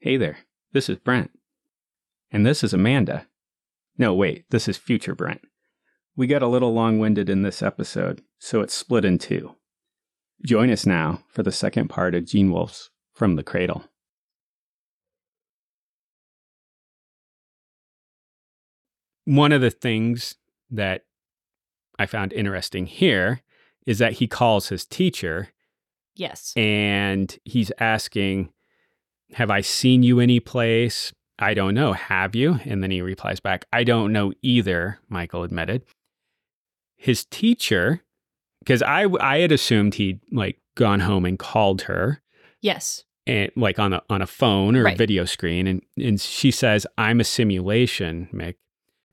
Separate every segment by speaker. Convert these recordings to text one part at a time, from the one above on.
Speaker 1: Hey there, this is Brent. And this is Amanda. No, wait, this is future Brent. We got a little long winded in this episode, so it's split in two. Join us now for the second part of Gene Wolfe's From the Cradle. One of the things that I found interesting here is that he calls his teacher
Speaker 2: Yes.
Speaker 1: and he's asking, Have I seen you anyplace? I don't know. Have you? And then he replies back, I don't know either, Michael admitted. His teacher, because I, I had assumed he'd like gone home and called her
Speaker 2: Yes.
Speaker 1: and like on a on a phone or a
Speaker 2: Right.
Speaker 1: video screen and and she says I'm a simulation, Mick.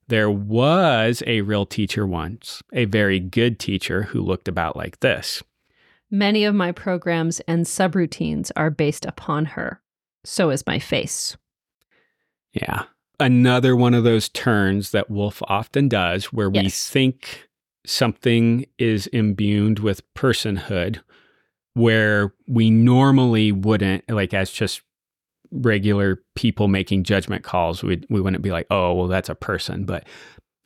Speaker 1: There was a real teacher once, a very good teacher who looked about like this.
Speaker 2: Many of my programs and subroutines are based upon her. So is my face.
Speaker 1: Yeah. Another one of those turns that Wolf often does where we
Speaker 2: Yes.
Speaker 1: think something is imbued with personhood where we normally wouldn't like as just regular people making judgment calls we we wouldn't be like oh well that's a person but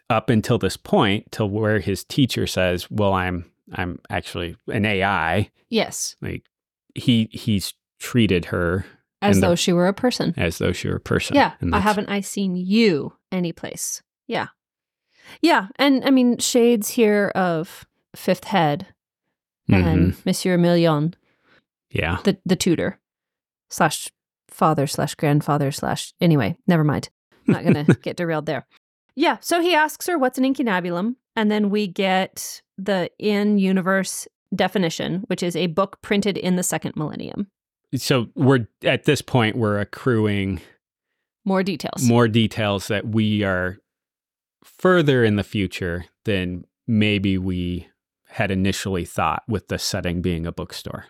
Speaker 1: up until this point till where his teacher says well I'm I'm actually an AI
Speaker 2: Yes.
Speaker 1: like he he's treated her
Speaker 2: As
Speaker 1: And the-
Speaker 2: though she were a person.
Speaker 1: as though she were a person
Speaker 2: yeah.
Speaker 1: And
Speaker 2: I
Speaker 1: that's-
Speaker 2: haven't I seen you anyplace. Yeah. Yeah. And I mean, shades here of Fifth Head
Speaker 1: Mhm.
Speaker 2: and Monsieur Million,
Speaker 1: yeah
Speaker 2: the, the tutor slash father slash grandfather slash. Anyway, never mind. not going to get derailed there. Yeah. So he asks her, What's an incunabulum? And then we get the in universe definition, which is a book printed in the second millennium.
Speaker 1: so we're at this point we're accruing
Speaker 2: More details.
Speaker 1: more details that we are further in the future than maybe we had initially thought with the setting being a bookstore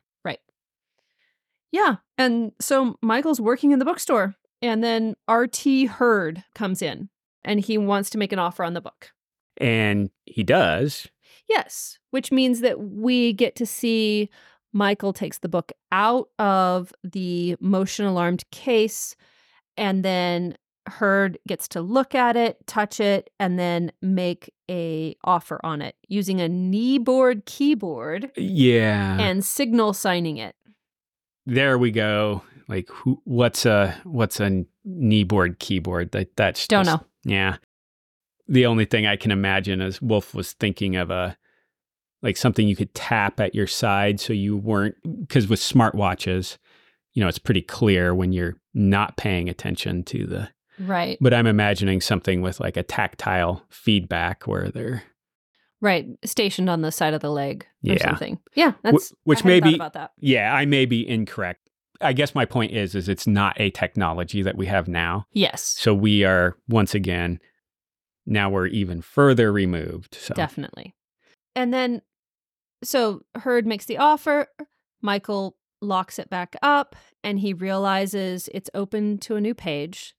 Speaker 2: yeah. And so Michael's working in the bookstore. And then R.T. Hurd comes in and he wants to make an offer on the book.
Speaker 1: and he does
Speaker 2: Yes, which means that we get to see Michael takes the book out of the motion alarmed case and then Heard gets to look at it, touch it, and then make a offer on it using a kneeboard keyboard
Speaker 1: yeah
Speaker 2: and signal signing it.
Speaker 1: there we go like who, what's a what's a kneeboard keyboard that that's
Speaker 2: Don't
Speaker 1: just-
Speaker 2: know.
Speaker 1: yeah the only thing i can imagine is wolf was thinking of a like something you could tap at your side so you weren't because with smartwatches you know it's pretty clear when you're not paying attention to the
Speaker 2: Right.
Speaker 1: but i'm imagining something with like a tactile feedback where they're
Speaker 2: Right. Stationed on the side of the leg or
Speaker 1: Yeah.
Speaker 2: something. Yeah.
Speaker 1: wh-
Speaker 2: That's I
Speaker 1: which
Speaker 2: hadn't
Speaker 1: may
Speaker 2: thought
Speaker 1: be
Speaker 2: about that.
Speaker 1: yeah i may be incorrect i guess my point is is it's not a technology that we have now
Speaker 2: Yes.
Speaker 1: So we are once again now we're even further removed. So
Speaker 2: Definitely. And then, so Heard makes the offer. Michael locks it back up and he realizes it's open to a new page,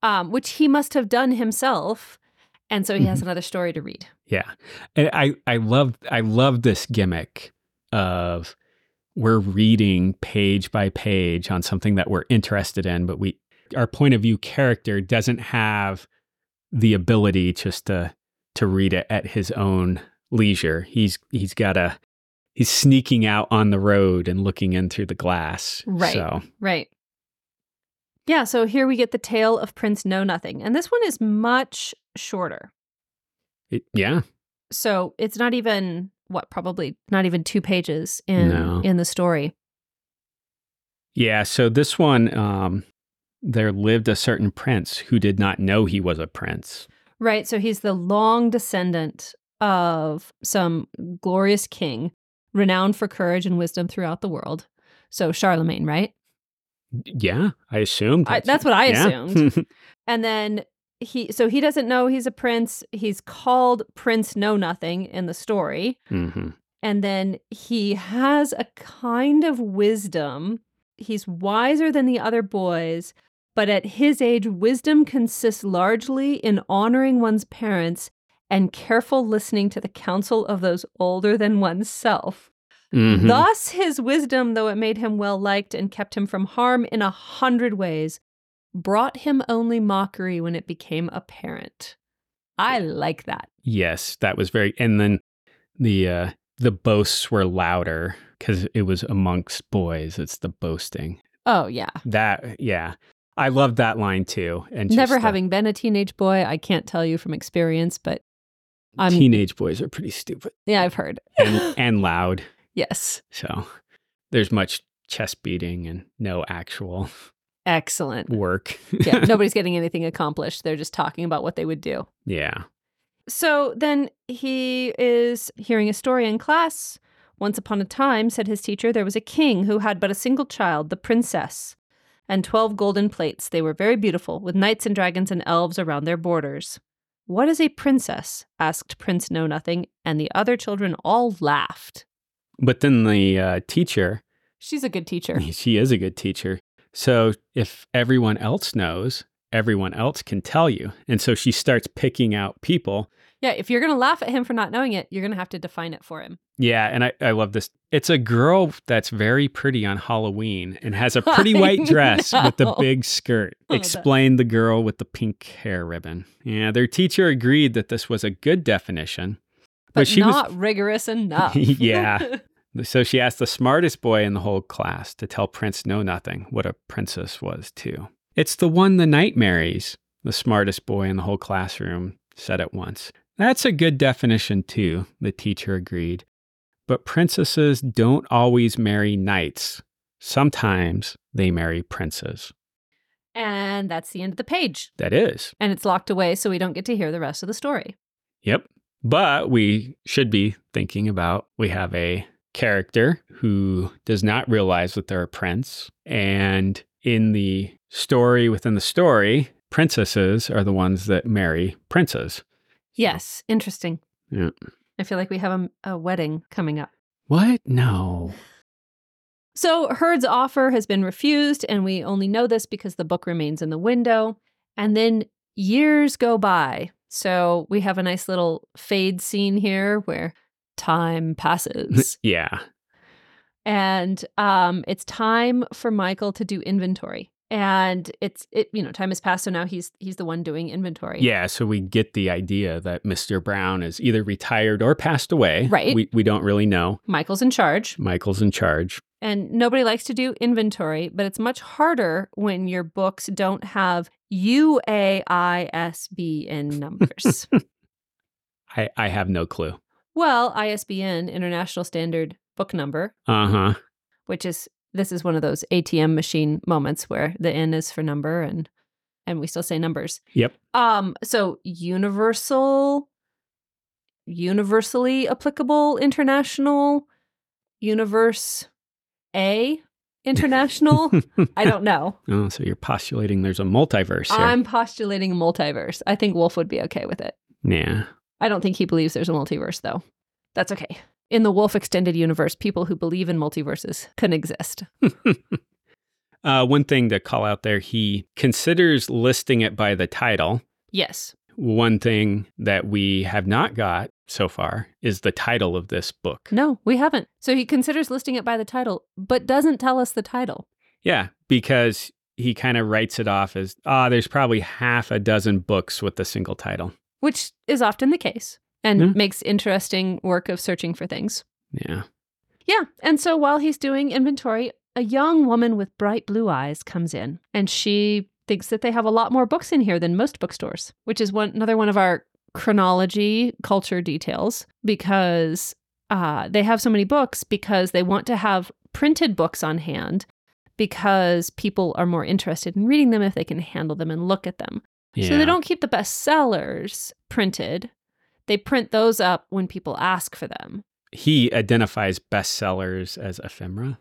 Speaker 2: um, which he must have done himself. And so he
Speaker 1: Mm-hmm.
Speaker 2: has another story to read.
Speaker 1: yeah, and I I love I love this gimmick of we're reading page by page on something that we're interested in, but we our point of view character doesn't have the ability just to to read it at his own leisure. He's he's got a he's sneaking out on the road and looking in through the glass.
Speaker 2: Right.
Speaker 1: So
Speaker 2: Right. Yeah. So here we get the tale of Prince Know Nothing. And this one is much shorter.
Speaker 1: it, yeah,
Speaker 2: so it's not even what probably not even two pages in
Speaker 1: No.
Speaker 2: in the story
Speaker 1: Yeah, so this one, um, there lived a certain prince who did not know he was a prince.
Speaker 2: right so he's the long descendant of some glorious king renowned for courage and wisdom throughout the world so charlemagne right
Speaker 1: Yeah, I assumed.
Speaker 2: I- that's what I
Speaker 1: yeah. Hmm.
Speaker 2: assumed. and then he so he doesn't know he's a prince he's called prince know nothing in the story
Speaker 1: Mhm.
Speaker 2: and then he has a kind of wisdom. He's wiser than the other boys, but at his age, wisdom consists largely in honoring one's parents and careful listening to the counsel of those older than oneself.
Speaker 1: Mhm.
Speaker 2: Thus, his wisdom, though it made him well liked and kept him from harm in a hundred ways, brought him only mockery when it became apparent. I like that.
Speaker 1: yes, that was very. And then the uh, the boasts were louder because it was amongst boys. It's the boasting
Speaker 2: Oh, yeah.
Speaker 1: that. uh, Yeah, I loved that line too. And just
Speaker 2: Never
Speaker 1: the
Speaker 2: having been a teenage boy, I can't tell you from experience, but I'm,
Speaker 1: teenage boys are pretty stupid
Speaker 2: yeah, I've heard.
Speaker 1: and, and loud.
Speaker 2: yes.
Speaker 1: So there's much chest beating and no actual
Speaker 2: Excellent.
Speaker 1: work.
Speaker 2: Yeah. Nobody's getting anything accomplished. They're just talking about what they would do.
Speaker 1: yeah.
Speaker 2: So then he is hearing a story in class. Once upon a time, said his teacher, there was a king who had but a single child, the princess, and 12 golden plates. They were very beautiful, with knights and dragons and elves around their borders. What is a princess? asked Prince Know Nothing, and the other children all laughed.
Speaker 1: But then the uh, teacher,
Speaker 2: She's a good teacher.
Speaker 1: she is a good teacher. So if everyone else knows, everyone else can tell you. And so she starts picking out people.
Speaker 2: Yeah, if you're going to laugh at him for not knowing it, you're going to have to define it for him.
Speaker 1: Yeah. And I, I love this. It's a girl that's very pretty on Halloween and has a pretty
Speaker 2: I
Speaker 1: white dress with the
Speaker 2: know.
Speaker 1: big skirt.
Speaker 2: Oh, that-
Speaker 1: Explain the girl with the pink hair ribbon. Yeah. Their teacher agreed that this was a good definition.
Speaker 2: But,
Speaker 1: she was-
Speaker 2: not rigorous enough.
Speaker 1: Yeah. So she asked the smartest boy in the whole class to tell Prince Know Nothing what a princess was, too. It's the one the knight marries, the smartest boy in the whole classroom said at once. That's a good definition, too, the teacher agreed. But princesses don't always marry knights. Sometimes they marry princes.
Speaker 2: and that's the end of the page.
Speaker 1: That is.
Speaker 2: and it's locked away so we don't get to hear the rest of the story.
Speaker 1: Yep. But we should be thinking about we have a character who does not realize that they're a prince. And in the story within the story, princesses are the ones that marry princes.
Speaker 2: Yes, interesting.
Speaker 1: Yeah.
Speaker 2: I feel like we have a, a wedding coming up.
Speaker 1: What? No.
Speaker 2: So Heard's offer has been refused, and we only know this because the book remains in the window. And then years go by. So we have a nice little fade scene here where time passes.
Speaker 1: Yeah.
Speaker 2: and um, it's time for Michael to do inventory. And it's it, you know, time has passed, so now he's he's the one doing inventory.
Speaker 1: Yeah. So we get the idea that Mr. Brown is either retired or passed away.
Speaker 2: Right.
Speaker 1: We, we don't really know.
Speaker 2: Michael's in charge.
Speaker 1: Michael's in charge.
Speaker 2: And nobody likes to do inventory, but it's much harder when your books don't have UAISBN numbers.
Speaker 1: I, I have no clue.
Speaker 2: well, ISBN, International Standard Book Number,
Speaker 1: Uh huh.
Speaker 2: which is this is one of those ATM machine moments where the N is for number and and we still say numbers.
Speaker 1: Yep.
Speaker 2: Um so universal universally applicable international universe A international I don't know.
Speaker 1: oh, so you're postulating there's a multiverse here.
Speaker 2: I'm postulating a multiverse. I think Wolf would be okay with it.
Speaker 1: yeah.
Speaker 2: I don't think he believes there's a multiverse, though. That's okay. In the Wolf extended universe, people who believe in multiverses can exist.
Speaker 1: Uh, one thing to call out there, he considers listing it by the title.
Speaker 2: Yes.
Speaker 1: One thing that we have not got so far is the title of this book.
Speaker 2: No, we haven't. So he considers listing it by the title, but doesn't tell us the title.
Speaker 1: Yeah, because he kind of writes it off as, ah, there's probably half a dozen books with a single title.
Speaker 2: which is often the case and
Speaker 1: Yeah.
Speaker 2: makes interesting work of searching for things.
Speaker 1: Yeah.
Speaker 2: Yeah. And so while he's doing inventory, a young woman with bright blue eyes comes in and she thinks that they have a lot more books in here than most bookstores, which is one another one of our chronology culture details because uh, they have so many books because they want to have printed books on hand because people are more interested in reading them if they can handle them and look at them.
Speaker 1: yeah.
Speaker 2: So they don't keep the bestsellers printed. They print those up when people ask for them.
Speaker 1: He identifies bestsellers as ephemera.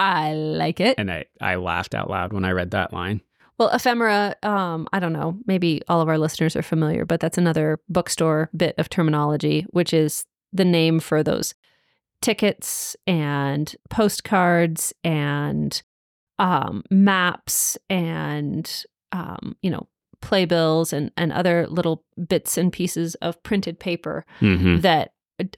Speaker 2: I like it.
Speaker 1: And I, I laughed out loud when I read that line.
Speaker 2: well, ephemera, um, I don't know, maybe all of our listeners are familiar, but that's another bookstore bit of terminology, which is the name for those tickets and postcards and um, maps and, um, you know, playbills and, and other little bits and pieces of printed paper
Speaker 1: Mm-hmm.
Speaker 2: that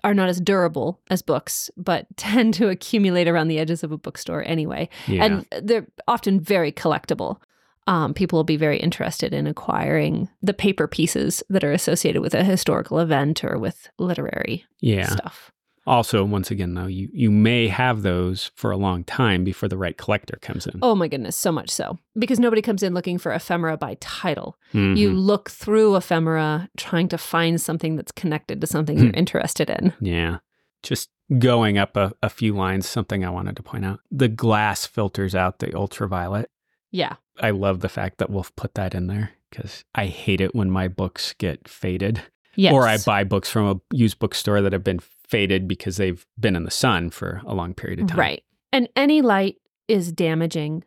Speaker 2: are not as durable as books, but tend to accumulate around the edges of a bookstore anyway.
Speaker 1: Yeah.
Speaker 2: And they're often very collectible. Um, people will be very interested in acquiring the paper pieces that are associated with a historical event or with literary
Speaker 1: yeah.
Speaker 2: stuff.
Speaker 1: Also, once again, though, you, you may have those for a long time before the right collector comes in.
Speaker 2: Oh my goodness, so much so. Because nobody comes in looking for ephemera by title.
Speaker 1: Mhm.
Speaker 2: You look through ephemera trying to find something that's connected to something
Speaker 1: Hmm.
Speaker 2: you're interested in.
Speaker 1: Yeah. Just going up a, a few lines, something I wanted to point out. The glass filters out the ultraviolet.
Speaker 2: Yeah.
Speaker 1: I love the fact that Wolf put that in there because I hate it when my books get faded.
Speaker 2: Yes.
Speaker 1: Or I buy books from a used bookstore that have been faded because they've been in the sun for a long period of time.
Speaker 2: Right. And any light is damaging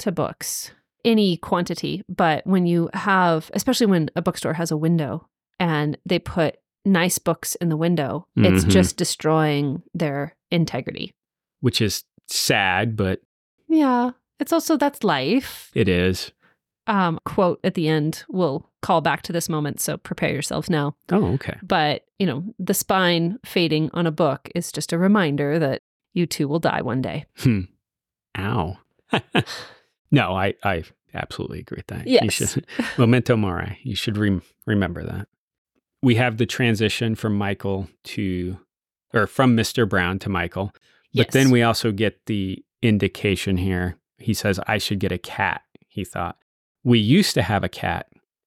Speaker 2: to books, any quantity. But when you have, especially when a bookstore has a window and they put nice books in the window, it's
Speaker 1: Mhm.
Speaker 2: just destroying their integrity.
Speaker 1: Which is sad, but
Speaker 2: Yeah. It's also that's life.
Speaker 1: it is.
Speaker 2: Um, quote at the end will call back to this moment, so prepare yourselves now.
Speaker 1: Oh, okay.
Speaker 2: But, you know, the spine fading on a book is just a reminder that you too will die one day.
Speaker 1: Ow. no, I, I absolutely agree with that. You
Speaker 2: Yes.
Speaker 1: should- memento mori. You should rem remember that. We have the transition from Michael to, or from Mr. Brown to Michael. But
Speaker 2: yes.
Speaker 1: then we also get the indication here. He says, I should get a cat, he thought. We used to have a cat.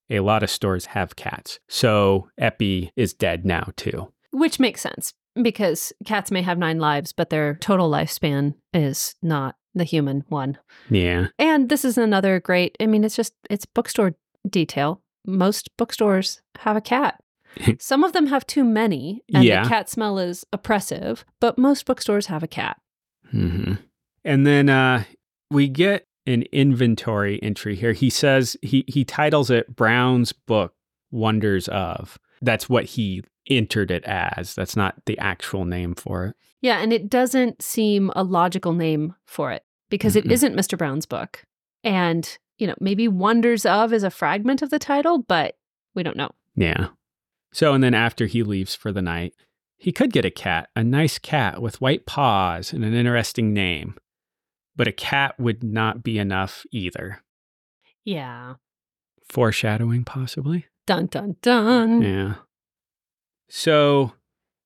Speaker 1: A lot of stores have cats. So Epi is dead now, too.
Speaker 2: Which makes sense because cats may have nine lives, but their total lifespan is not the human one.
Speaker 1: Yeah.
Speaker 2: And this is another great, I mean, it's just, it's bookstore detail. Most bookstores have a cat. Some of them have too many, and
Speaker 1: Yeah.
Speaker 2: the cat smell is oppressive, but most bookstores have a cat.
Speaker 1: Mm-hmm. And then uh, we get an inventory entry here. He says he he titles it Brown's book Wonders of. That's what he entered it as. That's not the actual name for it.
Speaker 2: Yeah, and it doesn't seem a logical name for it because it
Speaker 1: Mm-mm.
Speaker 2: isn't Mr. Brown's book. And, you know, maybe Wonders of is a fragment of the title, but we don't know.
Speaker 1: Yeah. So and then after he leaves for the night, he could get a cat, a nice cat with white paws and an interesting name. But a cat would not be enough either.
Speaker 2: Yeah.
Speaker 1: Foreshadowing possibly?
Speaker 2: Dun, dun, dun.
Speaker 1: Yeah. So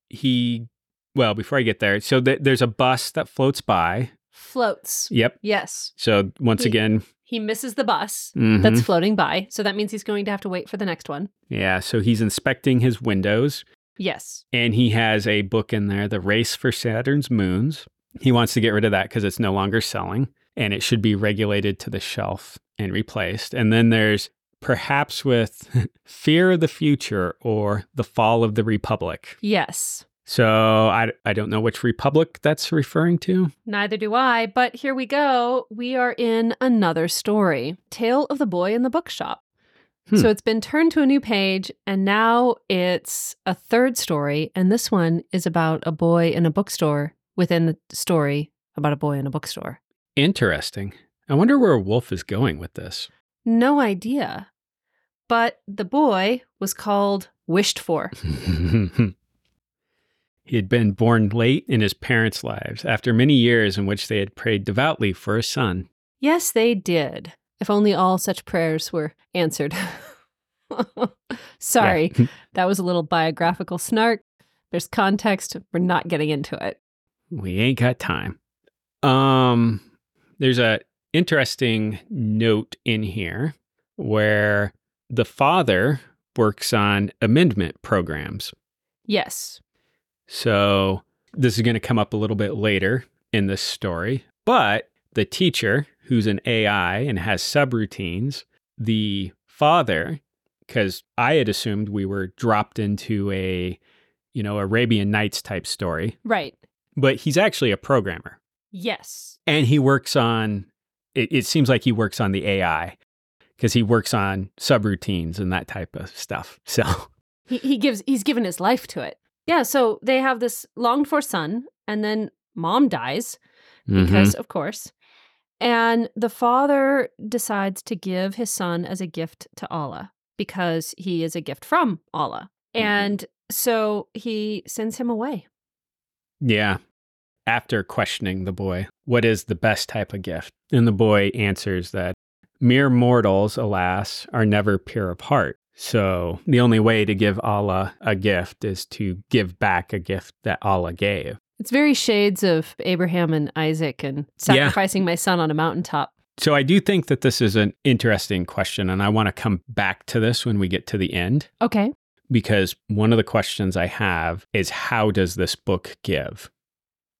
Speaker 1: he, well, before I get there, so th- there's a bus that floats by.
Speaker 2: floats.
Speaker 1: Yep.
Speaker 2: Yes.
Speaker 1: So once
Speaker 2: He-
Speaker 1: again,
Speaker 2: He misses the bus
Speaker 1: mhm.
Speaker 2: that's floating by. So that means he's going to have to wait for the next one.
Speaker 1: yeah. So he's inspecting his windows
Speaker 2: Yes.
Speaker 1: and he has a book in there, The Race for Saturn's Moons. He wants to get rid of that because it's no longer selling and it should be regulated to the shelf and replaced. And then there's perhaps with Fear of the Future or The Fall of the Republic.
Speaker 2: Yes.
Speaker 1: So I, I don't know which republic that's referring to.
Speaker 2: Neither do I, but here we go. We are in another story Tale of the Boy in the Bookshop.
Speaker 1: Hmm.
Speaker 2: So it's been turned to a new page, and now it's a third story. And this one is about a boy in a bookstore within the story about a boy in a bookstore.
Speaker 1: Interesting. I wonder where Wolf is going with this.
Speaker 2: No idea. But the boy was called Wished For.
Speaker 1: he had been born late in his parents' lives after many years in which they had prayed devoutly for a son.
Speaker 2: Yes, they did. If only all such prayers were answered. Sorry,
Speaker 1: Yeah.
Speaker 2: that was a little biographical snark. There's context. We're not getting into it.
Speaker 1: we ain't got time. Um there's a interesting note in here where the father works on amendment programs.
Speaker 2: Yes.
Speaker 1: So this is going to come up a little bit later in this story. But the teacher, who's an AI and has subroutines, the father, because I had assumed we were dropped into a, you know, Arabian Nights type story,
Speaker 2: Right.
Speaker 1: but he's actually a programmer
Speaker 2: Yes.
Speaker 1: and he works on, it, it seems like he works on the AI because he works on subroutines and that type of stuff. So,
Speaker 2: He, he gives he's given his life to it. Yeah, so they have this longed for son and then mom dies
Speaker 1: Mm-hmm.
Speaker 2: because of course. And the father decides to give his son as a gift to Allah because he is a gift from Allah.
Speaker 1: Mhm.
Speaker 2: And So he sends him away.
Speaker 1: Yeah. After questioning the boy, what is the best type of gift? And the boy answers that mere mortals, alas, are never pure of heart. So the only way to give Allah a gift is to give back a gift that Allah gave.
Speaker 2: It's very shades of Abraham and Isaac and sacrificing my son on a mountaintop.
Speaker 1: So I do think that this is an interesting question, and I want to come back to this when we get to the end.
Speaker 2: Okay.
Speaker 1: because one of the questions I have is how does this book give?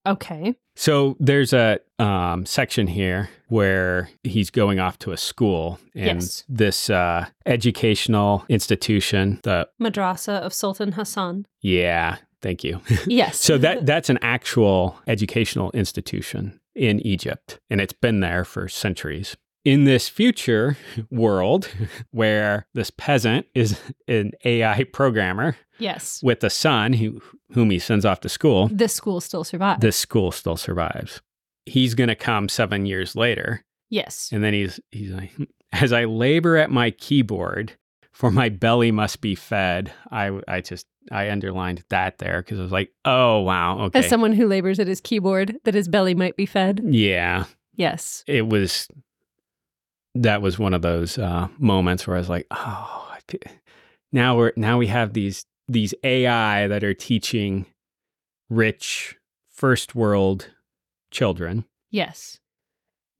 Speaker 2: Okay.
Speaker 1: So there's a um, section here where he's going off to a school, and
Speaker 2: Yes.
Speaker 1: this uh, educational institution. The
Speaker 2: Madrasa of Sultan Hassan.
Speaker 1: yeah, thank you.
Speaker 2: Yes.
Speaker 1: so that that's an actual educational institution in Egypt, and it's been there for centuries. In this future world, where this peasant is an AI programmer,
Speaker 2: yes.
Speaker 1: with the son who, whom he sends off to school,
Speaker 2: This school still survives.
Speaker 1: this school still survives. He's going to come seven years later,
Speaker 2: yes.
Speaker 1: and then he's he's like, as I labor at my keyboard, for my belly must be fed. I I just I underlined that there because I was like, oh wow, okay, Mm.
Speaker 2: As someone who labors at his keyboard, that his belly might be fed.
Speaker 1: yeah,
Speaker 2: Yes.
Speaker 1: it was. That was one of those uh, moments where I was like, oh, I d- now we're now we have these these AI that are teaching rich first world children
Speaker 2: Yes.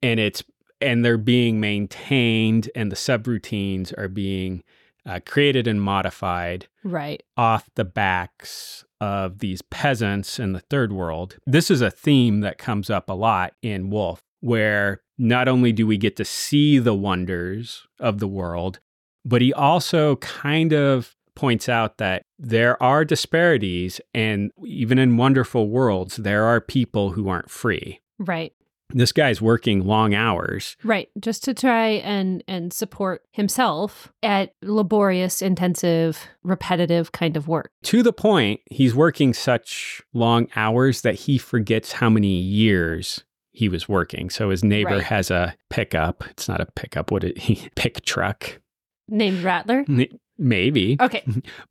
Speaker 1: and it's and they're being maintained and the subroutines are being uh, created and modified
Speaker 2: Right.
Speaker 1: off the backs of these peasants in the third world. This is a theme that comes up a lot in Wolf, where not only do we get to see the wonders of the world, but he also kind of points out that there are disparities, and even in wonderful worlds, there are people who aren't free.
Speaker 2: Right.
Speaker 1: This guy's working long hours.
Speaker 2: Right, just to try and and support himself at laborious, intensive, repetitive kind of work.
Speaker 1: To the point, he's working such long hours that he forgets how many years he was working. So his neighbor
Speaker 2: Right.
Speaker 1: has a pickup. It's not a pickup. What did he pick truck?
Speaker 2: Named Rattler.
Speaker 1: N- Maybe.
Speaker 2: Okay,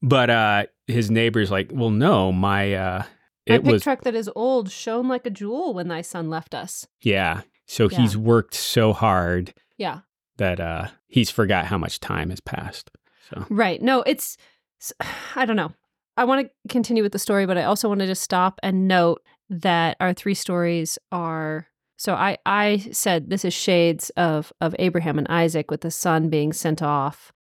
Speaker 1: But uh his neighbor's like, "Well, no, my uh
Speaker 2: my
Speaker 1: it
Speaker 2: pick
Speaker 1: was
Speaker 2: truck that is old shone like a jewel when thy son left us.
Speaker 1: yeah." So
Speaker 2: Yeah.
Speaker 1: he's worked so hard
Speaker 2: Yeah,
Speaker 1: that uh he's forgot how much time has passed. So
Speaker 2: right. No, it's s- I don't know. I want to continue with the story, but I also want to just stop and note that our three stories are. So I I said this is shades of of Abraham and Isaac with the son being sent off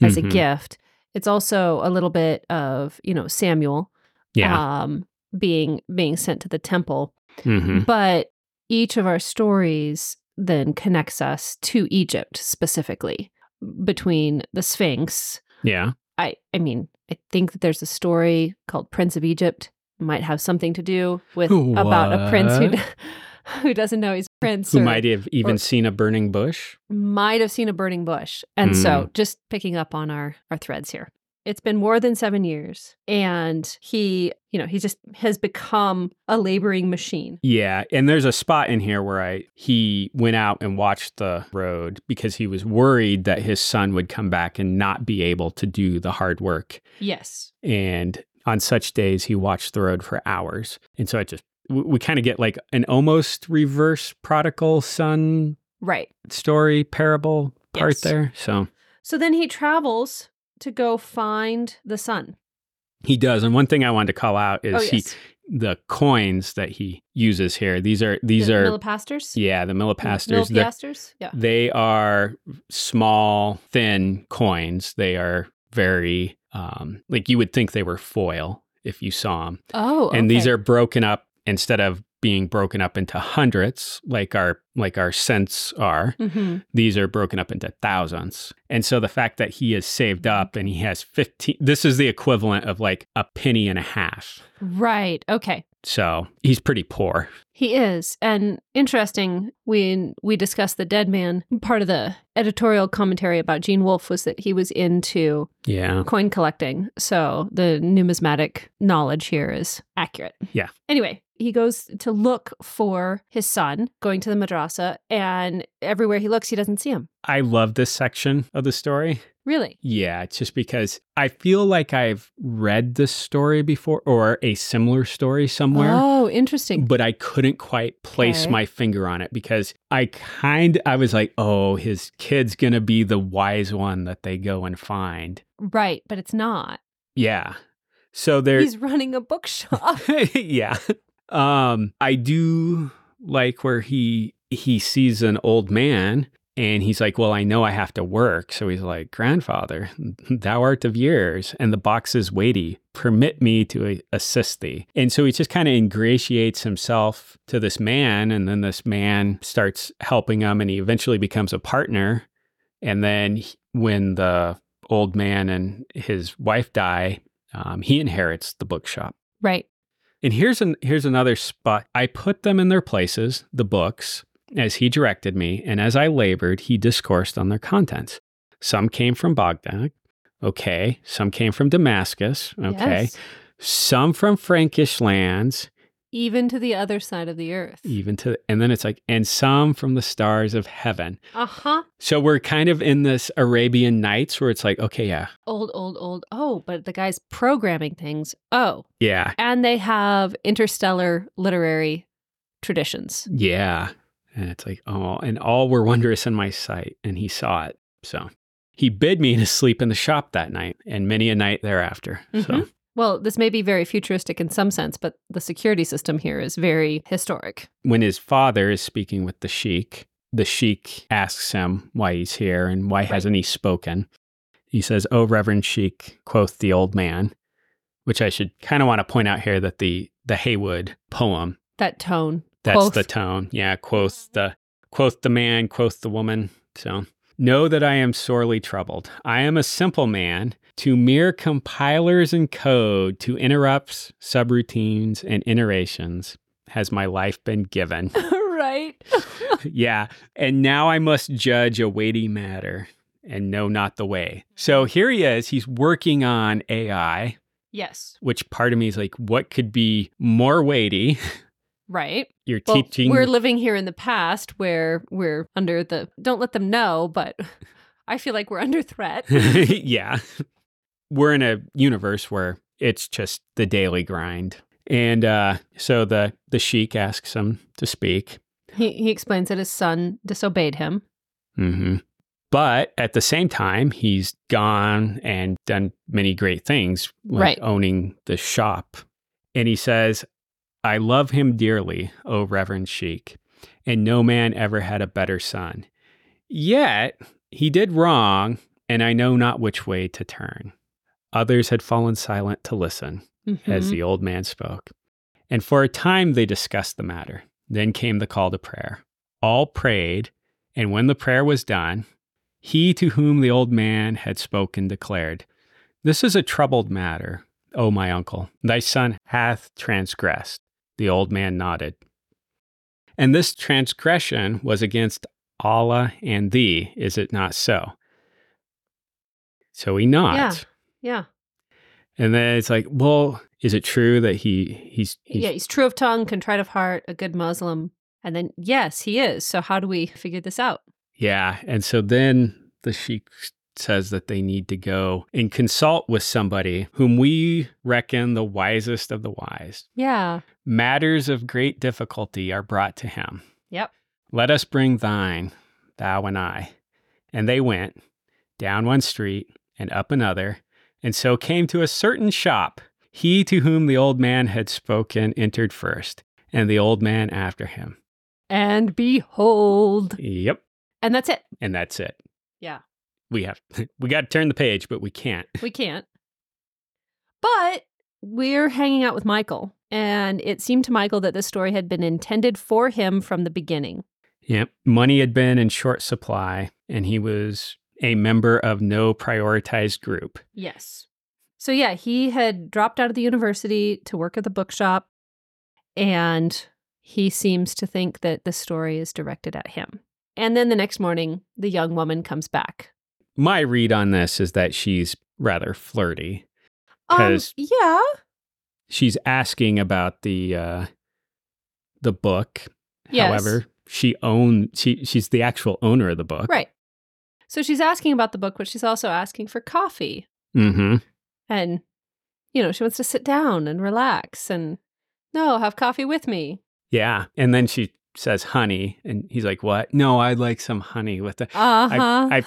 Speaker 2: as a
Speaker 1: mhm.
Speaker 2: gift. It's also a little bit of you know Samuel
Speaker 1: Yeah.
Speaker 2: um, being being sent to the temple,
Speaker 1: mhm.
Speaker 2: but each of our stories then connects us to Egypt specifically between the Sphinx.
Speaker 1: Yeah.
Speaker 2: I I mean I think that there's a story called Prince of Egypt might have something to do with about a prince who
Speaker 1: What?
Speaker 2: who doesn't know he's a prince
Speaker 1: Who
Speaker 2: or-
Speaker 1: might have even
Speaker 2: or-
Speaker 1: seen a burning bush?
Speaker 2: might have seen a burning bush. And
Speaker 1: Hmm.
Speaker 2: so, just picking up on our our threads here. It's been more than 7 years and he, you know, he just has become a laboring machine.
Speaker 1: Yeah, and there's a spot in here where I he went out and watched the road because he was worried that his son would come back and not be able to do the hard work.
Speaker 2: Yes.
Speaker 1: And on such days, he watched the road for hours. And so I just we, we kind of get like an almost reverse prodigal son
Speaker 2: Right.
Speaker 1: story parable part
Speaker 2: Yes.
Speaker 1: there. So
Speaker 2: So then he travels to go find the sun.
Speaker 1: he does. And one thing I wanted to call out is
Speaker 2: oh
Speaker 1: he
Speaker 2: yes.
Speaker 1: the coins that he uses here. These are these
Speaker 2: the
Speaker 1: are
Speaker 2: millipastors?
Speaker 1: yeah the millipastors. They're-
Speaker 2: Millipastors? Yeah.
Speaker 1: They are small, thin coins. They are very, um, like you would think they were foil if you saw them.
Speaker 2: Oh.
Speaker 1: And these
Speaker 2: okay.
Speaker 1: are broken up instead of being broken up into hundredths, like our like our cents are.
Speaker 2: Mhm.
Speaker 1: These are broken up into thousandths. And so the fact that he is saved up and he has fifteen, this is the equivalent of like a penny and a half.
Speaker 2: Right. Okay.
Speaker 1: So he's pretty poor.
Speaker 2: He is. And interesting, when we discussed the dead man, part of the editorial commentary about Gene Wolfe was that he was into
Speaker 1: Yeah.
Speaker 2: coin collecting. So the numismatic knowledge here is accurate.
Speaker 1: Yeah.
Speaker 2: Anyway, he goes to look for his son going to the madrasa, and everywhere he looks, he doesn't see him.
Speaker 1: I love this section of the story
Speaker 2: Really?
Speaker 1: Yeah, it's just because I feel like I've read this story before or a similar story somewhere.
Speaker 2: Oh, interesting.
Speaker 1: But I couldn't quite place
Speaker 2: Okay.
Speaker 1: my finger on it because I kind I was like, oh, his kid's gonna be the wise one that they go and find.
Speaker 2: Right, but it's not.
Speaker 1: Yeah. So there
Speaker 2: He's running a bookshop.
Speaker 1: yeah. Um, I do like where he he sees an old man and he's like, "Well, I know I have to work." So he's like, "Grandfather, thou art of years, and the box is weighty. Permit me to a- assist thee." And so he just kind of ingratiates himself to this man, and then this man starts helping him, and he eventually becomes a partner. And then he- when the old man and his wife die, um, he inherits the bookshop.
Speaker 2: right.
Speaker 1: And here's an here's another spot. I put them in their places, the books, as he directed me, and as I labored, he discoursed on their contents. Some came from Baghdad, okay. Some came from Damascus, okay.
Speaker 2: Yes.
Speaker 1: Some from Frankish lands,
Speaker 2: Even to the other side of the earth.
Speaker 1: even to and then it's like and some from the stars of heaven.
Speaker 2: Uh huh.
Speaker 1: So we're kind of in this Arabian Nights where it's like, okay, yeah.
Speaker 2: Old, old, old. Oh, but the guy's programming things. Oh,
Speaker 1: Yeah.
Speaker 2: and they have interstellar literary traditions.
Speaker 1: Yeah. And it's like, oh, and all were wondrous in my sight. And he saw it. So he bid me to sleep in the shop that night and many a night thereafter. So
Speaker 2: Mhm. Well, this may be very futuristic in some sense, but the security system here is very historic.
Speaker 1: when his father is speaking with the sheik, the sheik asks him why he's here and why hasn't he spoken. He says, Oh, Reverend Sheik, quoth the old man, which I should kind of want to point out here that the, the Haywood poem,
Speaker 2: That tone.
Speaker 1: That's
Speaker 2: Quoth.
Speaker 1: the tone. Yeah, quoth the quoth the man, quoth the woman. So know that I am sorely troubled. I am a simple man to mere compilers and code, to interrupts, subroutines, and iterations has my life been given.
Speaker 2: right.
Speaker 1: yeah. And now I must judge a weighty matter and know not the way. So here he is. He's working on AI,
Speaker 2: yes.
Speaker 1: which part of me is like, what could be more weighty?
Speaker 2: Right.
Speaker 1: You're
Speaker 2: Well,
Speaker 1: teaching
Speaker 2: we're living here in the past where we're under the don't let them know, but I feel like we're under threat.
Speaker 1: yeah. We're in a universe where it's just the daily grind. And uh, so the, the sheik asks him to speak.
Speaker 2: he, he explains that his son disobeyed him.
Speaker 1: hmm But at the same time, he's gone and done many great things, like
Speaker 2: Right.
Speaker 1: owning the shop. And he says, I love him dearly, O Reverend Sheik, and no man ever had a better son. Yet he did wrong, and I know not which way to turn. Others had fallen silent to listen as
Speaker 2: Mhm.
Speaker 1: the old man spoke. And for a time they discussed the matter. Then came the call to prayer. All prayed, and when the prayer was done, he to whom the old man had spoken declared, This is a troubled matter, O my uncle. Thy son hath transgressed. The old man nodded. And this transgression was against Allah and thee, is it not so? So he
Speaker 2: Yeah.
Speaker 1: nods.
Speaker 2: yeah.
Speaker 1: And then it's like, well, is it true that he he's, he's
Speaker 2: yeah, he's true of tongue, contrite of heart, a good Muslim. And then, yes, he is. So, how do we figure this out?
Speaker 1: yeah. And so then the sheik says that they need to go and consult with somebody whom we reckon the wisest of the wise.
Speaker 2: Yeah.
Speaker 1: Matters of great difficulty are brought to him.
Speaker 2: Yep.
Speaker 1: Let us bring thine, thou and I. And they went down one street and up another, and so came to a certain shop. He to whom the old man had spoken entered first, and the old man after him.
Speaker 2: And behold.
Speaker 1: Yep.
Speaker 2: And that's it.
Speaker 1: And that's it.
Speaker 2: Yeah.
Speaker 1: We have we got to turn the page, but we can't.
Speaker 2: We can't. But we're hanging out with Michael. And it seemed to Michael that this story had been intended for him from the beginning.
Speaker 1: Yep. Money had been in short supply, and he was a member of no prioritized group.
Speaker 2: Yes. So, yeah, he had dropped out of the university to work at the bookshop. And he seems to think that the story is directed at him. And then the next morning, the young woman comes back.
Speaker 1: My read on this is that she's rather flirty.
Speaker 2: Um,
Speaker 1: 'Cause-
Speaker 2: yeah.
Speaker 1: She's asking about the uh the book.
Speaker 2: Yes.
Speaker 1: However, she own she she's the actual owner of the book.
Speaker 2: Right. So she's asking about the book, but she's also asking for coffee.
Speaker 1: Mm-hmm.
Speaker 2: And, you know, she wants to sit down and relax and, no, have coffee with me.
Speaker 1: Yeah. And then she says honey. And he's like, What? No, I'd like some honey with the
Speaker 2: Uh huh.
Speaker 1: I-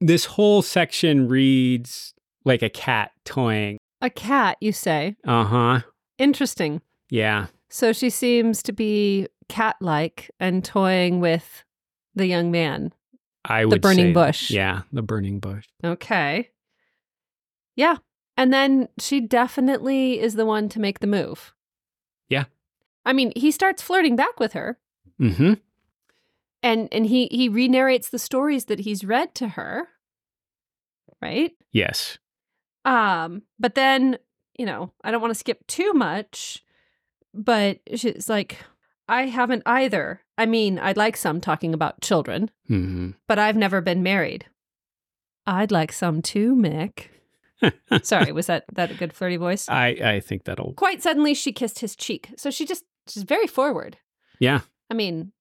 Speaker 1: this whole section reads like a cat toying.
Speaker 2: A cat, you say.
Speaker 1: Uh-huh.
Speaker 2: Interesting.
Speaker 1: Yeah.
Speaker 2: So she seems to be cat like and toying with the young man.
Speaker 1: I would
Speaker 2: burning
Speaker 1: say-
Speaker 2: bush.
Speaker 1: Yeah, the burning bush.
Speaker 2: Okay. Yeah. And then she definitely is the one to make the move.
Speaker 1: Yeah.
Speaker 2: I mean, he starts flirting back with her
Speaker 1: Mm-hmm.
Speaker 2: and and he he re-narrates the stories that he's read to her. Right?
Speaker 1: Yes.
Speaker 2: Um, but then, you know, I don't want to skip too much, but she's like, I haven't either. I mean, I'd like some talking about children,
Speaker 1: Mm-hmm.
Speaker 2: but I've never been married. I'd like some too, Mick. Sorry, was that that a good flirty voice?
Speaker 1: I I think that'll
Speaker 2: Quite suddenly, she kissed his cheek. So she just she's very forward.
Speaker 1: Yeah.
Speaker 2: I mean,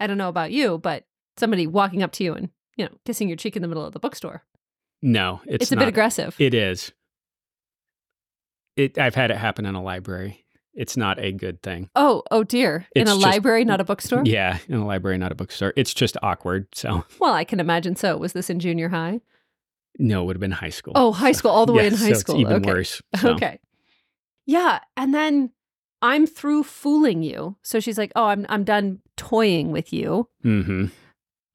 Speaker 2: I don't know about you, but somebody walking up to you and you know kissing your cheek in the middle of the bookstore,
Speaker 1: No, it's,
Speaker 2: it's, a bit
Speaker 1: not-
Speaker 2: aggressive.
Speaker 1: It is. It I've had it happen in a library. It's not a good thing.
Speaker 2: oh, oh dear! In
Speaker 1: It's
Speaker 2: a
Speaker 1: just-
Speaker 2: library, not a bookstore.
Speaker 1: Yeah, in a library, not a bookstore. It's just awkward. So
Speaker 2: Well, I can imagine. So was this in junior high?
Speaker 1: no, it would have been high school.
Speaker 2: Oh, high school, all the way
Speaker 1: Yeah,
Speaker 2: in high
Speaker 1: so it's
Speaker 2: school.
Speaker 1: even
Speaker 2: okay.
Speaker 1: worse. So,
Speaker 2: Okay. Yeah, and then I'm through fooling you. So she's like, "Oh, I'm I'm done toying with you."
Speaker 1: Mm-hmm.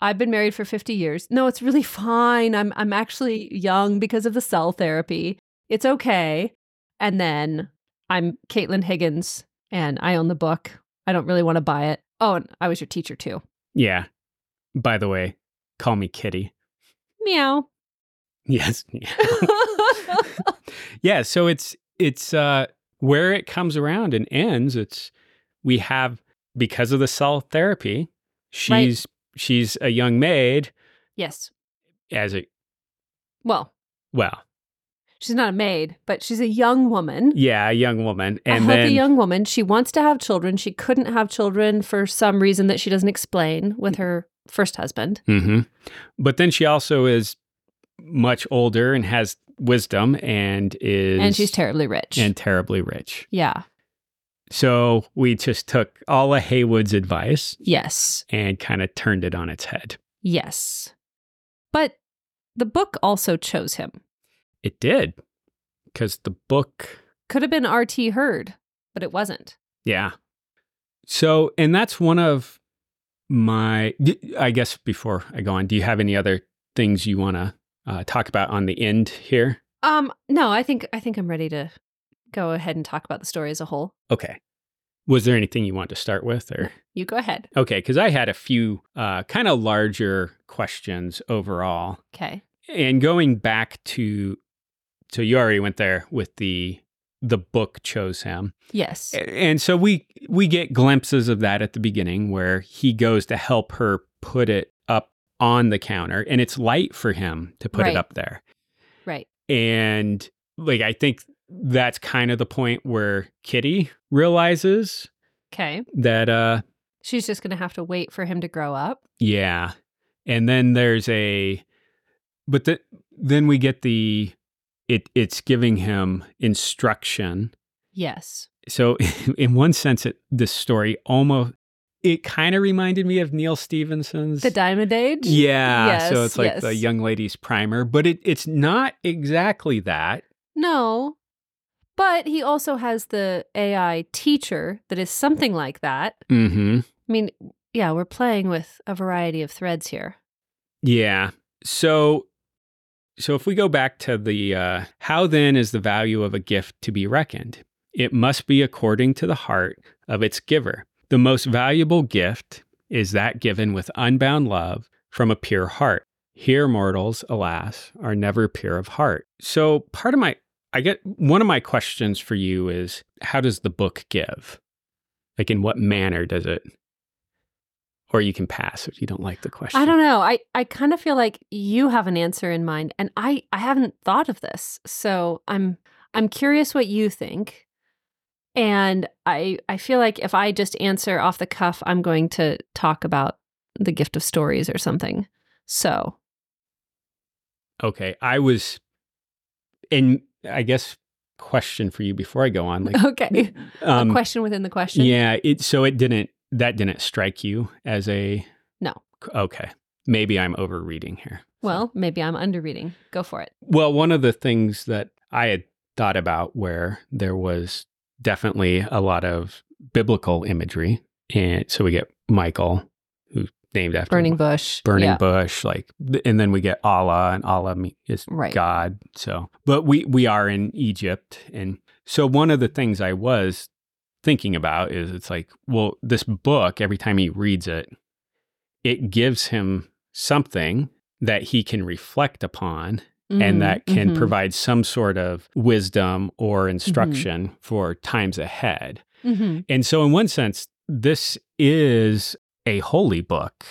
Speaker 2: I've been married for 50 years. No, it's really fine. I'm I'm actually young because of the cell therapy. It's okay. And then I'm Caitlin Higgins and I own the book. I don't really want to buy it. Oh, and I was your teacher too.
Speaker 1: Yeah. By the way, call me Kitty.
Speaker 2: Meow.
Speaker 1: Yes. Yeah. yeah. So it's it's uh where it comes around and ends. It's we have because of the cell therapy. She's
Speaker 2: Right.
Speaker 1: she's a young maid
Speaker 2: yes.
Speaker 1: as a
Speaker 2: Well,
Speaker 1: well
Speaker 2: she's not a maid, but she's a young woman.
Speaker 1: yeah a young woman and
Speaker 2: a healthy
Speaker 1: then
Speaker 2: young woman. She wants to have children. She couldn't have children for some reason that she doesn't explain with her first husband.
Speaker 1: hmm but then she also is much older and has wisdom and is
Speaker 2: and she's terribly rich.
Speaker 1: and terribly rich.
Speaker 2: yeah.
Speaker 1: So we just took all of Haywood's advice
Speaker 2: Yes.
Speaker 1: and kind of turned it on its head.
Speaker 2: Yes. But the book also chose him.
Speaker 1: It did. Because the book,
Speaker 2: Could have been R.T. Heard, but it wasn't.
Speaker 1: yeah. So, and that's one of my, d- I guess before I go on, do you have any other things you want to uh, talk about on the end here?
Speaker 2: Um, no, I think I think I'm ready to go ahead and talk about the story as a whole.
Speaker 1: Okay. Was there anything you want to start with or?
Speaker 2: You go ahead.
Speaker 1: Okay. Because I had a few uh, kind of larger questions overall.
Speaker 2: Okay.
Speaker 1: and going back to so you already went there with the the book chose him
Speaker 2: Yes.
Speaker 1: A- and so we we get glimpses of that at the beginning where he goes to help her put it up on the counter and it's light for him to put
Speaker 2: Right.
Speaker 1: it up there
Speaker 2: Right.
Speaker 1: and like i think that's kind of the point where kitty realizes
Speaker 2: Okay.
Speaker 1: that uh
Speaker 2: She's just gonna have to wait for him to grow up.
Speaker 1: Yeah. And then there's a but the, then we get the it it's giving him instruction.
Speaker 2: Yes.
Speaker 1: So in one sense it this story almost it kind of reminded me of Neil Stevenson's
Speaker 2: The Diamond Age?
Speaker 1: yeah, so
Speaker 2: Yes,
Speaker 1: it's like the
Speaker 2: yes.
Speaker 1: young lady's primer, but it, it's not exactly that.
Speaker 2: No. But he also has the AI teacher that is something like that.
Speaker 1: Mm-hmm.
Speaker 2: I mean, yeah, we're playing with a variety of threads here.
Speaker 1: Yeah. So so if we go back to the uh how then is the value of a gift to be reckoned? It must be according to the heart of its giver. The most valuable gift is that given with unbound love from a pure heart. Here mortals, alas, are never pure of heart. So part of my I get one of my questions for you is how does the book give? Like in what manner does it? Or you can pass if you don't like the question.
Speaker 2: I don't know. I, I kind of feel like you have an answer in mind, and I, I haven't thought of this. So I'm I'm curious what you think. And I I feel like if I just answer off the cuff, I'm going to talk about the gift of stories or something. So
Speaker 1: okay, I was, and I guess question for you before I go on, like,
Speaker 2: Okay. a
Speaker 1: um,
Speaker 2: question within the question.
Speaker 1: yeah, it so it didn't that didn't strike you as a
Speaker 2: No.
Speaker 1: Okay, maybe I'm overreading here.
Speaker 2: Well, maybe I'm underreading. Go for it.
Speaker 1: Well, one of the things that I had thought about where there was definitely a lot of biblical imagery. And so we get Michael, who's named after
Speaker 2: Burning bush.
Speaker 1: Burning
Speaker 2: Yeah.
Speaker 1: Bush, like, and then we get Allah, and Allah me- is
Speaker 2: Right.
Speaker 1: God. So, but we we are in Egypt, and so one of the things I was thinking about is it's like, well, this book every time he reads it, it gives him something that he can reflect upon
Speaker 2: Mhm,
Speaker 1: and that can
Speaker 2: mhm.
Speaker 1: provide some sort of wisdom or instruction for times ahead.
Speaker 2: Mhm,
Speaker 1: And so, in one sense, this is a holy book.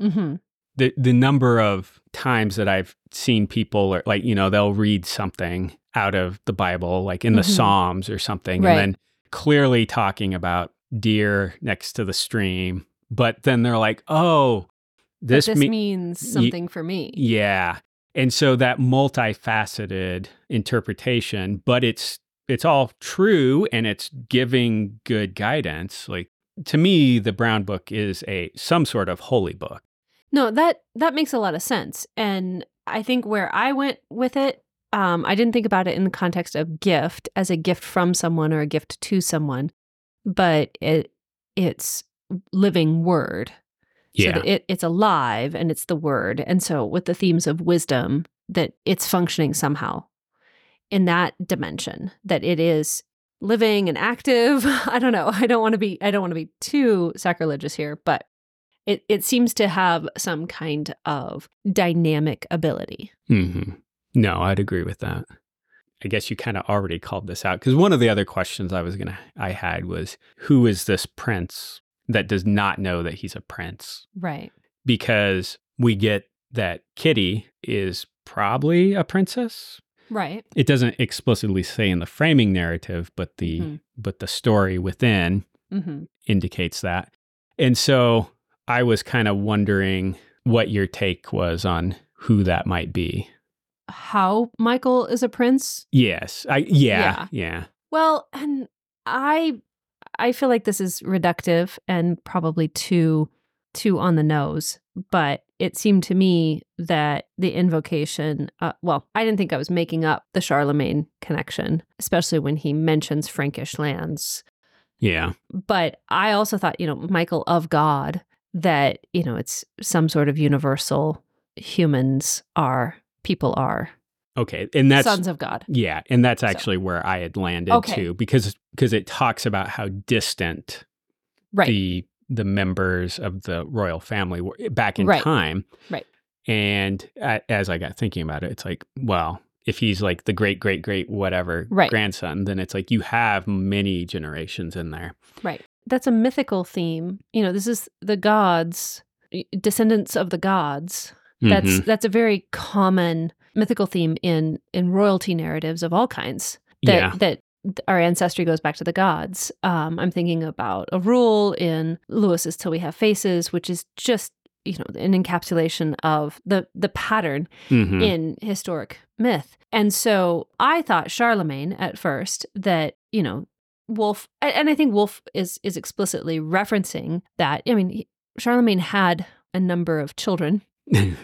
Speaker 2: mhm.
Speaker 1: The, the number of times that I've seen people, or like, you know, they'll read something out of the Bible, like in the
Speaker 2: Mhm.
Speaker 1: Psalms or something,
Speaker 2: Right.
Speaker 1: and then clearly talking about deer next to the stream. But then they're like, oh,
Speaker 2: But
Speaker 1: this,
Speaker 2: this
Speaker 1: me-
Speaker 2: means something for me.
Speaker 1: yeah. And so that multifaceted interpretation, but it's it's all true and it's giving good guidance. Like to me, the Brown book is a some sort of holy book.
Speaker 2: No, that that makes a lot of sense. And I think where I went with it, um, I didn't think about it in the context of gift as a gift from someone or a gift to someone, but it it's living word. So that it, it's alive and it's the word. And so with the themes of wisdom, that it's functioning somehow in that dimension, that it is living and active. I don't know. I don't want to be I don't want to be too sacrilegious here, but it, it seems to have some kind of dynamic ability.
Speaker 1: hmm No, I'd agree with that. I guess you kind of already called this out because one of the other questions I was gonna I had was who is this prince that does not know that he's a prince?
Speaker 2: Right.
Speaker 1: Because we get that Kitty is probably a princess.
Speaker 2: Right.
Speaker 1: it doesn't explicitly say in the framing narrative but the
Speaker 2: Mhm.
Speaker 1: but the story within
Speaker 2: Mm-hmm.
Speaker 1: indicates that and so i was kind of wondering what your take was on who that might be
Speaker 2: How Michael is a prince
Speaker 1: yes i yeah yeah,
Speaker 2: Well, and I I feel like this is reductive and probably too too on the nose, but it seemed to me that the invocation uh, well, I didn't think I was making up the Charlemagne connection, especially when he mentions Frankish lands,
Speaker 1: yeah
Speaker 2: but I also thought, you know, Michael of God that, you know, it's some sort of universal humans are people are
Speaker 1: okay and that's
Speaker 2: sons of God.
Speaker 1: yeah and that's
Speaker 2: So-
Speaker 1: actually where i had landed
Speaker 2: Okay.
Speaker 1: too because because it talks about how distant
Speaker 2: Right.
Speaker 1: the the members of the royal family were eh, back in
Speaker 2: Right.
Speaker 1: time.
Speaker 2: Right.
Speaker 1: And a as I got thinking about it, it's like, well, if he's like the great, great, great, whatever
Speaker 2: Right.
Speaker 1: grandson, then it's like you have many generations in there.
Speaker 2: Right. That's a mythical theme. You know, this is the gods, descendants of the gods. That's
Speaker 1: Mhm.
Speaker 2: that's a very common mythical theme in in royalty narratives of all kinds. That
Speaker 1: yeah,
Speaker 2: that our ancestry goes back to the gods. Um, I'm thinking about a rule in Lewis's "Till We Have Faces," which is just you know an encapsulation of the the pattern
Speaker 1: Mhm.
Speaker 2: in historic myth. And so I thought Charlemagne at first that, you know, Wolf and- and I think Wolf is is explicitly referencing that. I mean, he- Charlemagne had a number of children.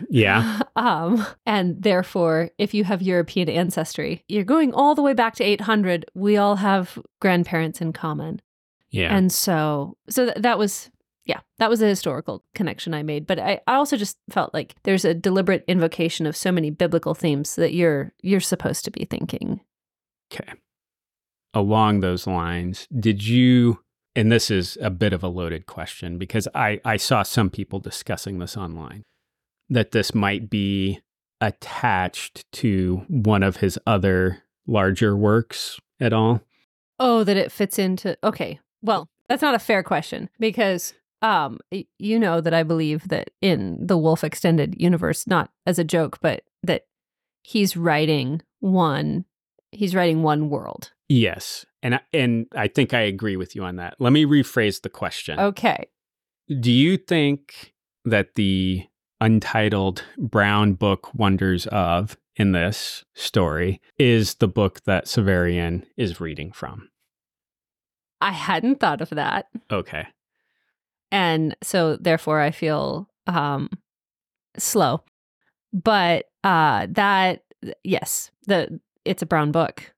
Speaker 1: yeah,
Speaker 2: Um, and therefore, if you have European ancestry, you're going all the way back to 800. We all have grandparents in common.
Speaker 1: yeah,
Speaker 2: And so, so th- that was, yeah, that was a historical connection I made. But I, I also just felt like there's a deliberate invocation of so many biblical themes that you're you're supposed to be thinking.
Speaker 1: along those lines. Did you? And this is a bit of a loaded question because I I saw some people discussing this online that this might be attached to one of his other larger works at all.
Speaker 2: Oh, that it fits into. Okay, well, that's not a fair question because um y- you know that I believe that in the Wolf extended universe, not as a joke, but that he's writing one. He's writing one world.
Speaker 1: Yes. And I, and I think I agree with you on that. Let me rephrase the question.
Speaker 2: Okay.
Speaker 1: Do you think that the untitled Brown book Wonders of in this story is the book that Severian is reading from.
Speaker 2: I hadn't thought of that.
Speaker 1: Okay.
Speaker 2: And so therefore I feel um slow. But uh that yes, the it's a brown book.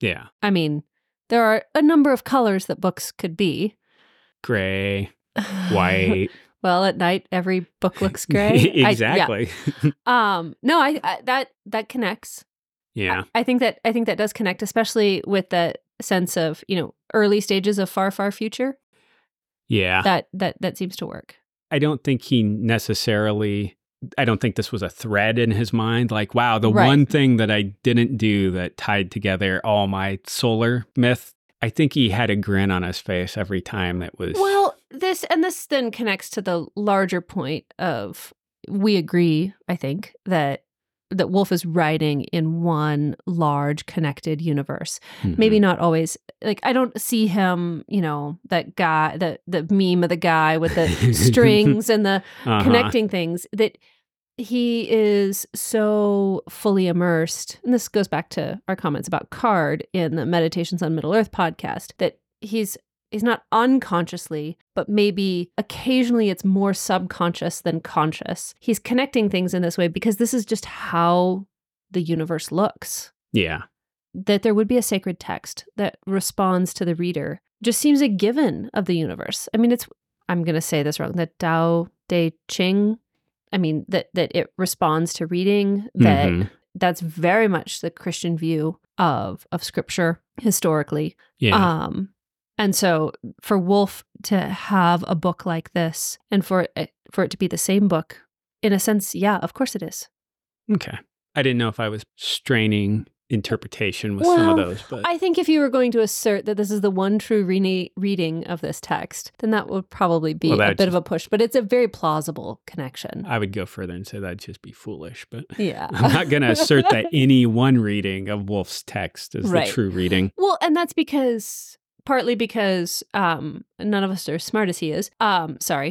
Speaker 1: Yeah.
Speaker 2: I mean, there are a number of colors that books could be.
Speaker 1: Gray, white.
Speaker 2: well, at night every book looks gray. I- yeah.
Speaker 1: exactly.
Speaker 2: Um, no, I, I that that connects.
Speaker 1: yeah.
Speaker 2: I, I think that I think that does connect, especially with the sense of you know early stages of far far future.
Speaker 1: Yeah.
Speaker 2: That that that seems to work.
Speaker 1: I don't think he necessarily I don't think this was a thread in his mind like wow the
Speaker 2: Right.
Speaker 1: one thing that I didn't do that tied together all my solar myth I think he had a grin on his face every time that was
Speaker 2: Well, this and this then connects to the larger point of we agree. I think that that Wolf is writing in one large connected universe.
Speaker 1: Mhm.
Speaker 2: maybe not always like i don't see him you know that guy the the meme of the guy with the strings and the
Speaker 1: Uh-huh.
Speaker 2: connecting things that he is so fully immersed and this goes back to our comments about card in the meditations on middle earth podcast that he's he's not unconsciously but maybe occasionally it's more subconscious than conscious he's connecting things in this way because this is just how the universe looks
Speaker 1: Yeah.
Speaker 2: that there would be a sacred text that responds to the reader just seems a given of the universe. I mean, it's I'm going to say this wrong. The Tao Te Ching. I mean that that it responds to reading. That
Speaker 1: Mhm.
Speaker 2: that's very much the Christian view of of scripture historically.
Speaker 1: Yeah.
Speaker 2: Um, and so for Wolf to have a book like this, and for it, for it to be the same book, in a sense, yeah, of course it is.
Speaker 1: okay. I didn't know if I was straining interpretation with some
Speaker 2: Well,
Speaker 1: of those but
Speaker 2: I think if you were going to assert that this is the one true re- reading of this text, then that would probably be
Speaker 1: Well,
Speaker 2: a
Speaker 1: that
Speaker 2: bit of a push, but it's a very plausible connection.
Speaker 1: I would go further and say that'd just be foolish but
Speaker 2: yeah.
Speaker 1: I'm not going to assert that any one reading of Wolf's text is
Speaker 2: Right.
Speaker 1: the true reading.
Speaker 2: well, and that's because partly because um none of us are as smart as he is. Um sorry.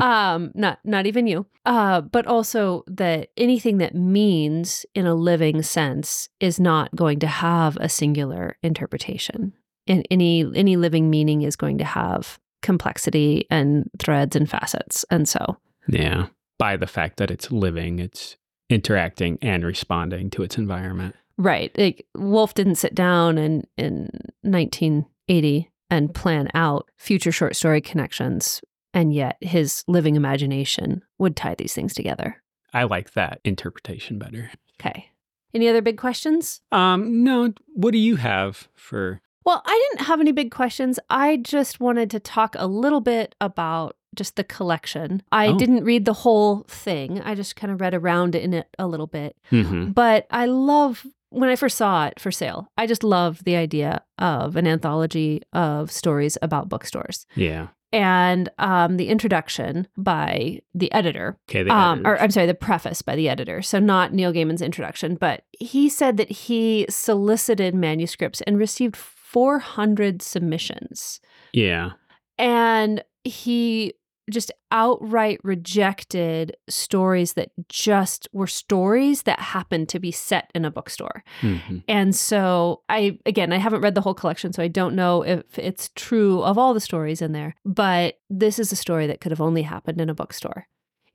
Speaker 2: um not not even you. Uh but also that anything that means in a living sense is not going to have a singular interpretation. And any any living meaning is going to have complexity and threads and facets. And so
Speaker 1: Yeah. By the fact that it's living, it's interacting and responding to its environment.
Speaker 2: Right. Like Wolf didn't sit down in, in 1980 and plan out future short story connections, and yet his living imagination would tie these things together.
Speaker 1: I like that interpretation better.
Speaker 2: Okay. Any other big questions?
Speaker 1: Um, no, what do you have for
Speaker 2: Well, I didn't have any big questions. I just wanted to talk a little bit about just the collection. I
Speaker 1: Oh.
Speaker 2: didn't read the whole thing. I just kind of read around in it a little bit.
Speaker 1: Mhm.
Speaker 2: But I love when I first saw it for sale, I just love the idea of an anthology of stories about bookstores.
Speaker 1: Yeah.
Speaker 2: And um, the introduction by the editor,
Speaker 1: Okay. The
Speaker 2: um, or
Speaker 1: editors.
Speaker 2: I'm sorry, the preface by the editor. So, not Neil Gaiman's introduction, but he said that he solicited manuscripts and received 400 submissions
Speaker 1: yeah.
Speaker 2: and he just outright rejected stories that just were stories that happened to be set in a bookstore.
Speaker 1: Mhm.
Speaker 2: And so I again I haven't read the whole collection so I don't know if it's true of all the stories in there, but this is a story that could have only happened in a bookstore.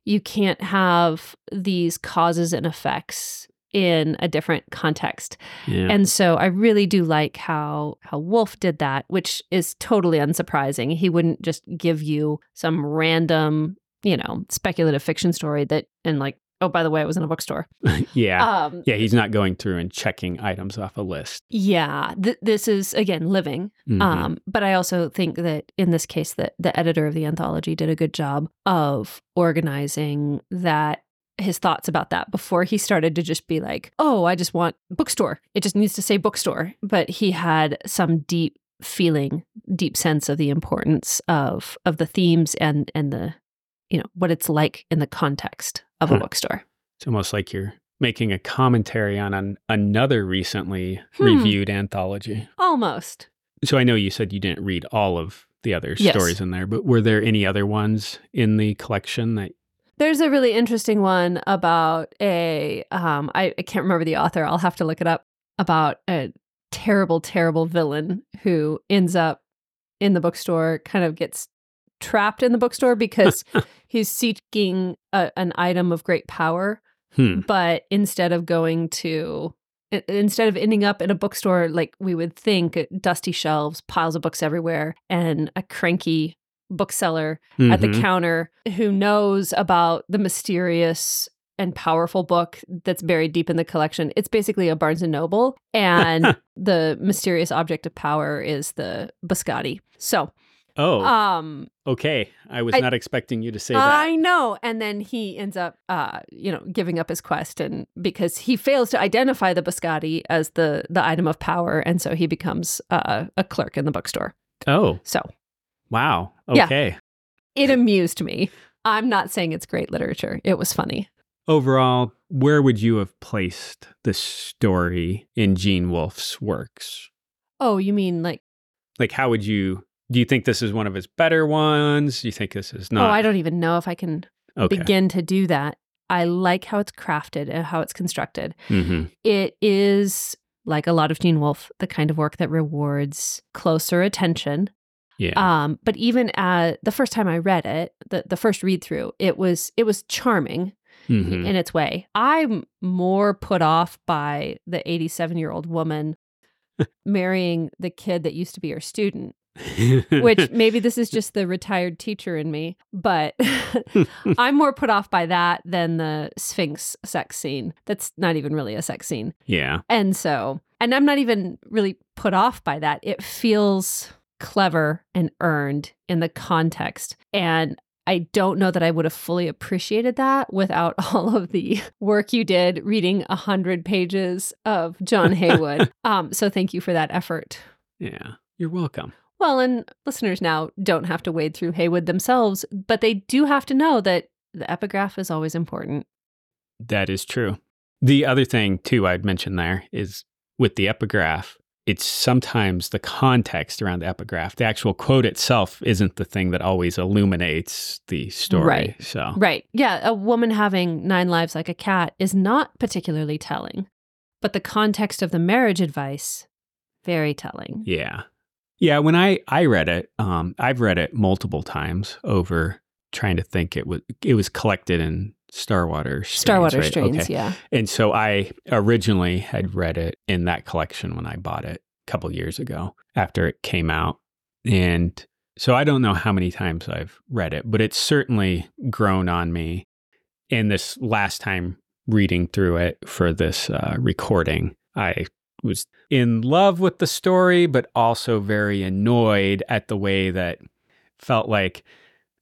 Speaker 2: You can't have these causes and effects in a different context.
Speaker 1: Yeah.
Speaker 2: And so I really do like how how Wolf did that, which is totally unsurprising. He wouldn't just give you some random, you know, speculative fiction story that and like, oh, by the way, it was in a bookstore.
Speaker 1: yeah.
Speaker 2: Um
Speaker 1: yeah. He's not going through and checking items off a list.
Speaker 2: yeah, th- this is again living.
Speaker 1: Mhm.
Speaker 2: Um but I also think that in this case that the editor of the anthology did a good job of organizing that his thoughts about that before he started to just be like, oh, I just want bookstore. It just needs to say bookstore. But he had some deep feeling, deep sense of the importance of of the themes and and the you know what it's like in the context of a
Speaker 1: Huh.
Speaker 2: bookstore.
Speaker 1: It's almost like you're making a commentary on an, another recently
Speaker 2: Hmm.
Speaker 1: reviewed anthology.
Speaker 2: Almost.
Speaker 1: So I know you said you didn't read all of the other
Speaker 2: Yes.
Speaker 1: stories in there, but were there any other ones in the collection that
Speaker 2: There's a really interesting one about a um I, I can't remember the author. I'll have to look it up about a terrible terrible villain who ends up in the bookstore kind of gets trapped in the bookstore because he's seeking a, an item of great power,
Speaker 1: Hmm.
Speaker 2: but instead of going to i- instead of ending up in a bookstore like we would think dusty shelves piles of books everywhere and a cranky bookseller at the
Speaker 1: Mhm.
Speaker 2: counter who knows about the mysterious and powerful book that's buried deep in the collection. It's basically a Barnes and Noble, and the mysterious object of power is the biscotti. So,
Speaker 1: Oh,
Speaker 2: um,
Speaker 1: okay. I was
Speaker 2: I-
Speaker 1: not expecting you to say that.
Speaker 2: I know. And then he ends up, uh, you know, giving up his quest, and because he fails to identify the biscotti as the the item of power, and so he becomes uh, a clerk in the bookstore.
Speaker 1: Oh,
Speaker 2: So
Speaker 1: wow.
Speaker 2: Yeah.
Speaker 1: Okay.
Speaker 2: it amused me. I'm not saying it's great literature. It was funny.
Speaker 1: Overall, where would you have placed the story in Gene Wolfe's works?
Speaker 2: Oh, you mean like?
Speaker 1: Like, how would you? Do you think this is one of his better ones? Do you think this is not?
Speaker 2: Oh, I don't even know if I can
Speaker 1: Okay.
Speaker 2: begin to do that. I like how it's crafted and how it's constructed.
Speaker 1: hmm
Speaker 2: It is like a lot of Gene Wolfe, the kind of work that rewards closer attention.
Speaker 1: Yeah.
Speaker 2: Um, but even at the first time I read it, the, the first read through, it was it was charming
Speaker 1: Mhm.
Speaker 2: in its way. I'm more put off by the 87 year old woman marrying the kid that used to be her student which maybe this is just the retired teacher in me, but I'm more put off by that than the Sphinx sex scene. That's not even really a sex scene.
Speaker 1: yeah.
Speaker 2: And so, and I'm not even really put off by that. It feels clever and earned in the context. And I don't know that I would have fully appreciated that without all of the work you did reading a hundred pages of John Haywood. um, so thank you for that effort.
Speaker 1: Yeah. You're welcome.
Speaker 2: Well, and listeners now don't have to wade through Haywood themselves, but they do have to know that the epigraph is always important.
Speaker 1: That is true. The other thing, too, I'd mention there is with the epigraph, it's sometimes the context around the epigraph. The actual quote itself isn't the thing that always illuminates the story.
Speaker 2: Right.
Speaker 1: So,
Speaker 2: Right. Yeah. A woman having nine lives like a cat is not particularly telling, but the context of the marriage advice, very telling.
Speaker 1: yeah. Yeah. When I, I read it, um, I've read it multiple times over trying to think it was, it was collected in Starwater Strains.
Speaker 2: Starwater
Speaker 1: right?
Speaker 2: strains.
Speaker 1: Okay.
Speaker 2: Yeah.
Speaker 1: And so I originally had read it in that collection when I bought it a couple years ago after it came out. And so I don't know how many times I've read it, but it's certainly grown on me. And this last time reading through it for this uh, recording, I was in love with the story, but also very annoyed at the way that felt like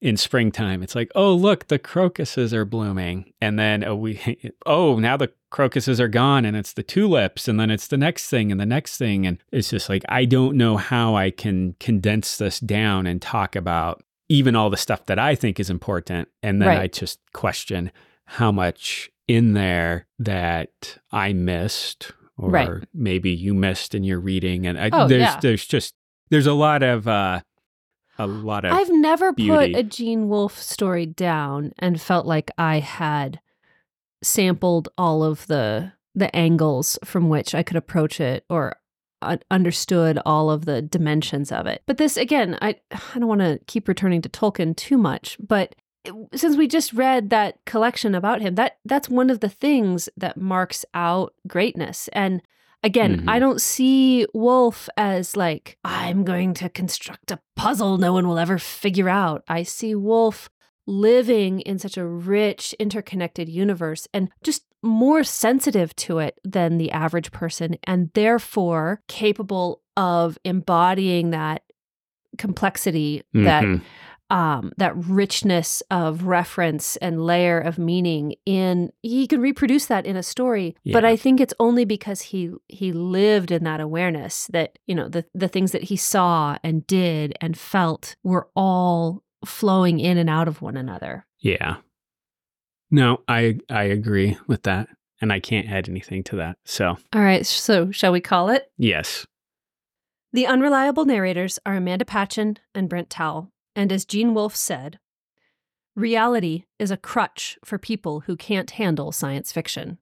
Speaker 1: in springtime, it's like, oh, look, the crocuses are blooming. And then a we, oh, now the crocuses are gone and it's the tulips. And then it's the next thing and the next thing. And it's just like, I don't know how I can condense this down and talk about even all the stuff that I think is important. And then
Speaker 2: Right.
Speaker 1: I just question how much in there that I missed or
Speaker 2: Right.
Speaker 1: maybe you missed in your reading. And I,
Speaker 2: Oh,
Speaker 1: there's,
Speaker 2: yeah.
Speaker 1: there's just, there's a lot of, uh, a lot of
Speaker 2: I've never
Speaker 1: beauty.
Speaker 2: put a Gene Wolfe story down and felt like I had sampled all of the the angles from which I could approach it or uh, understood all of the dimensions of it. But this again, I I don't want to keep returning to Tolkien too much, but it- since we just read that collection about him, that that's one of the things that marks out greatness and Again,
Speaker 1: Mhm.
Speaker 2: I don't see Wolf as like, I'm going to construct a puzzle no one will ever figure out. I see Wolf living in such a rich, interconnected universe and just more sensitive to it than the average person, and therefore capable of embodying that complexity that
Speaker 1: Mhm.
Speaker 2: um, that richness of reference and layer of meaning in he can reproduce that in a story but
Speaker 1: Yeah.
Speaker 2: i think it's only because he he lived in that awareness that you know the, the things that he saw and did and felt were all flowing in and out of one another
Speaker 1: Yeah. No, I I agree with that, and I can't add anything to that. So
Speaker 2: all right so shall we call it
Speaker 1: yes,
Speaker 2: The unreliable narrators are Amanda Patchen and Brent Towle, and as Gene Wolfe said, Reality is a crutch for people who can't handle science fiction.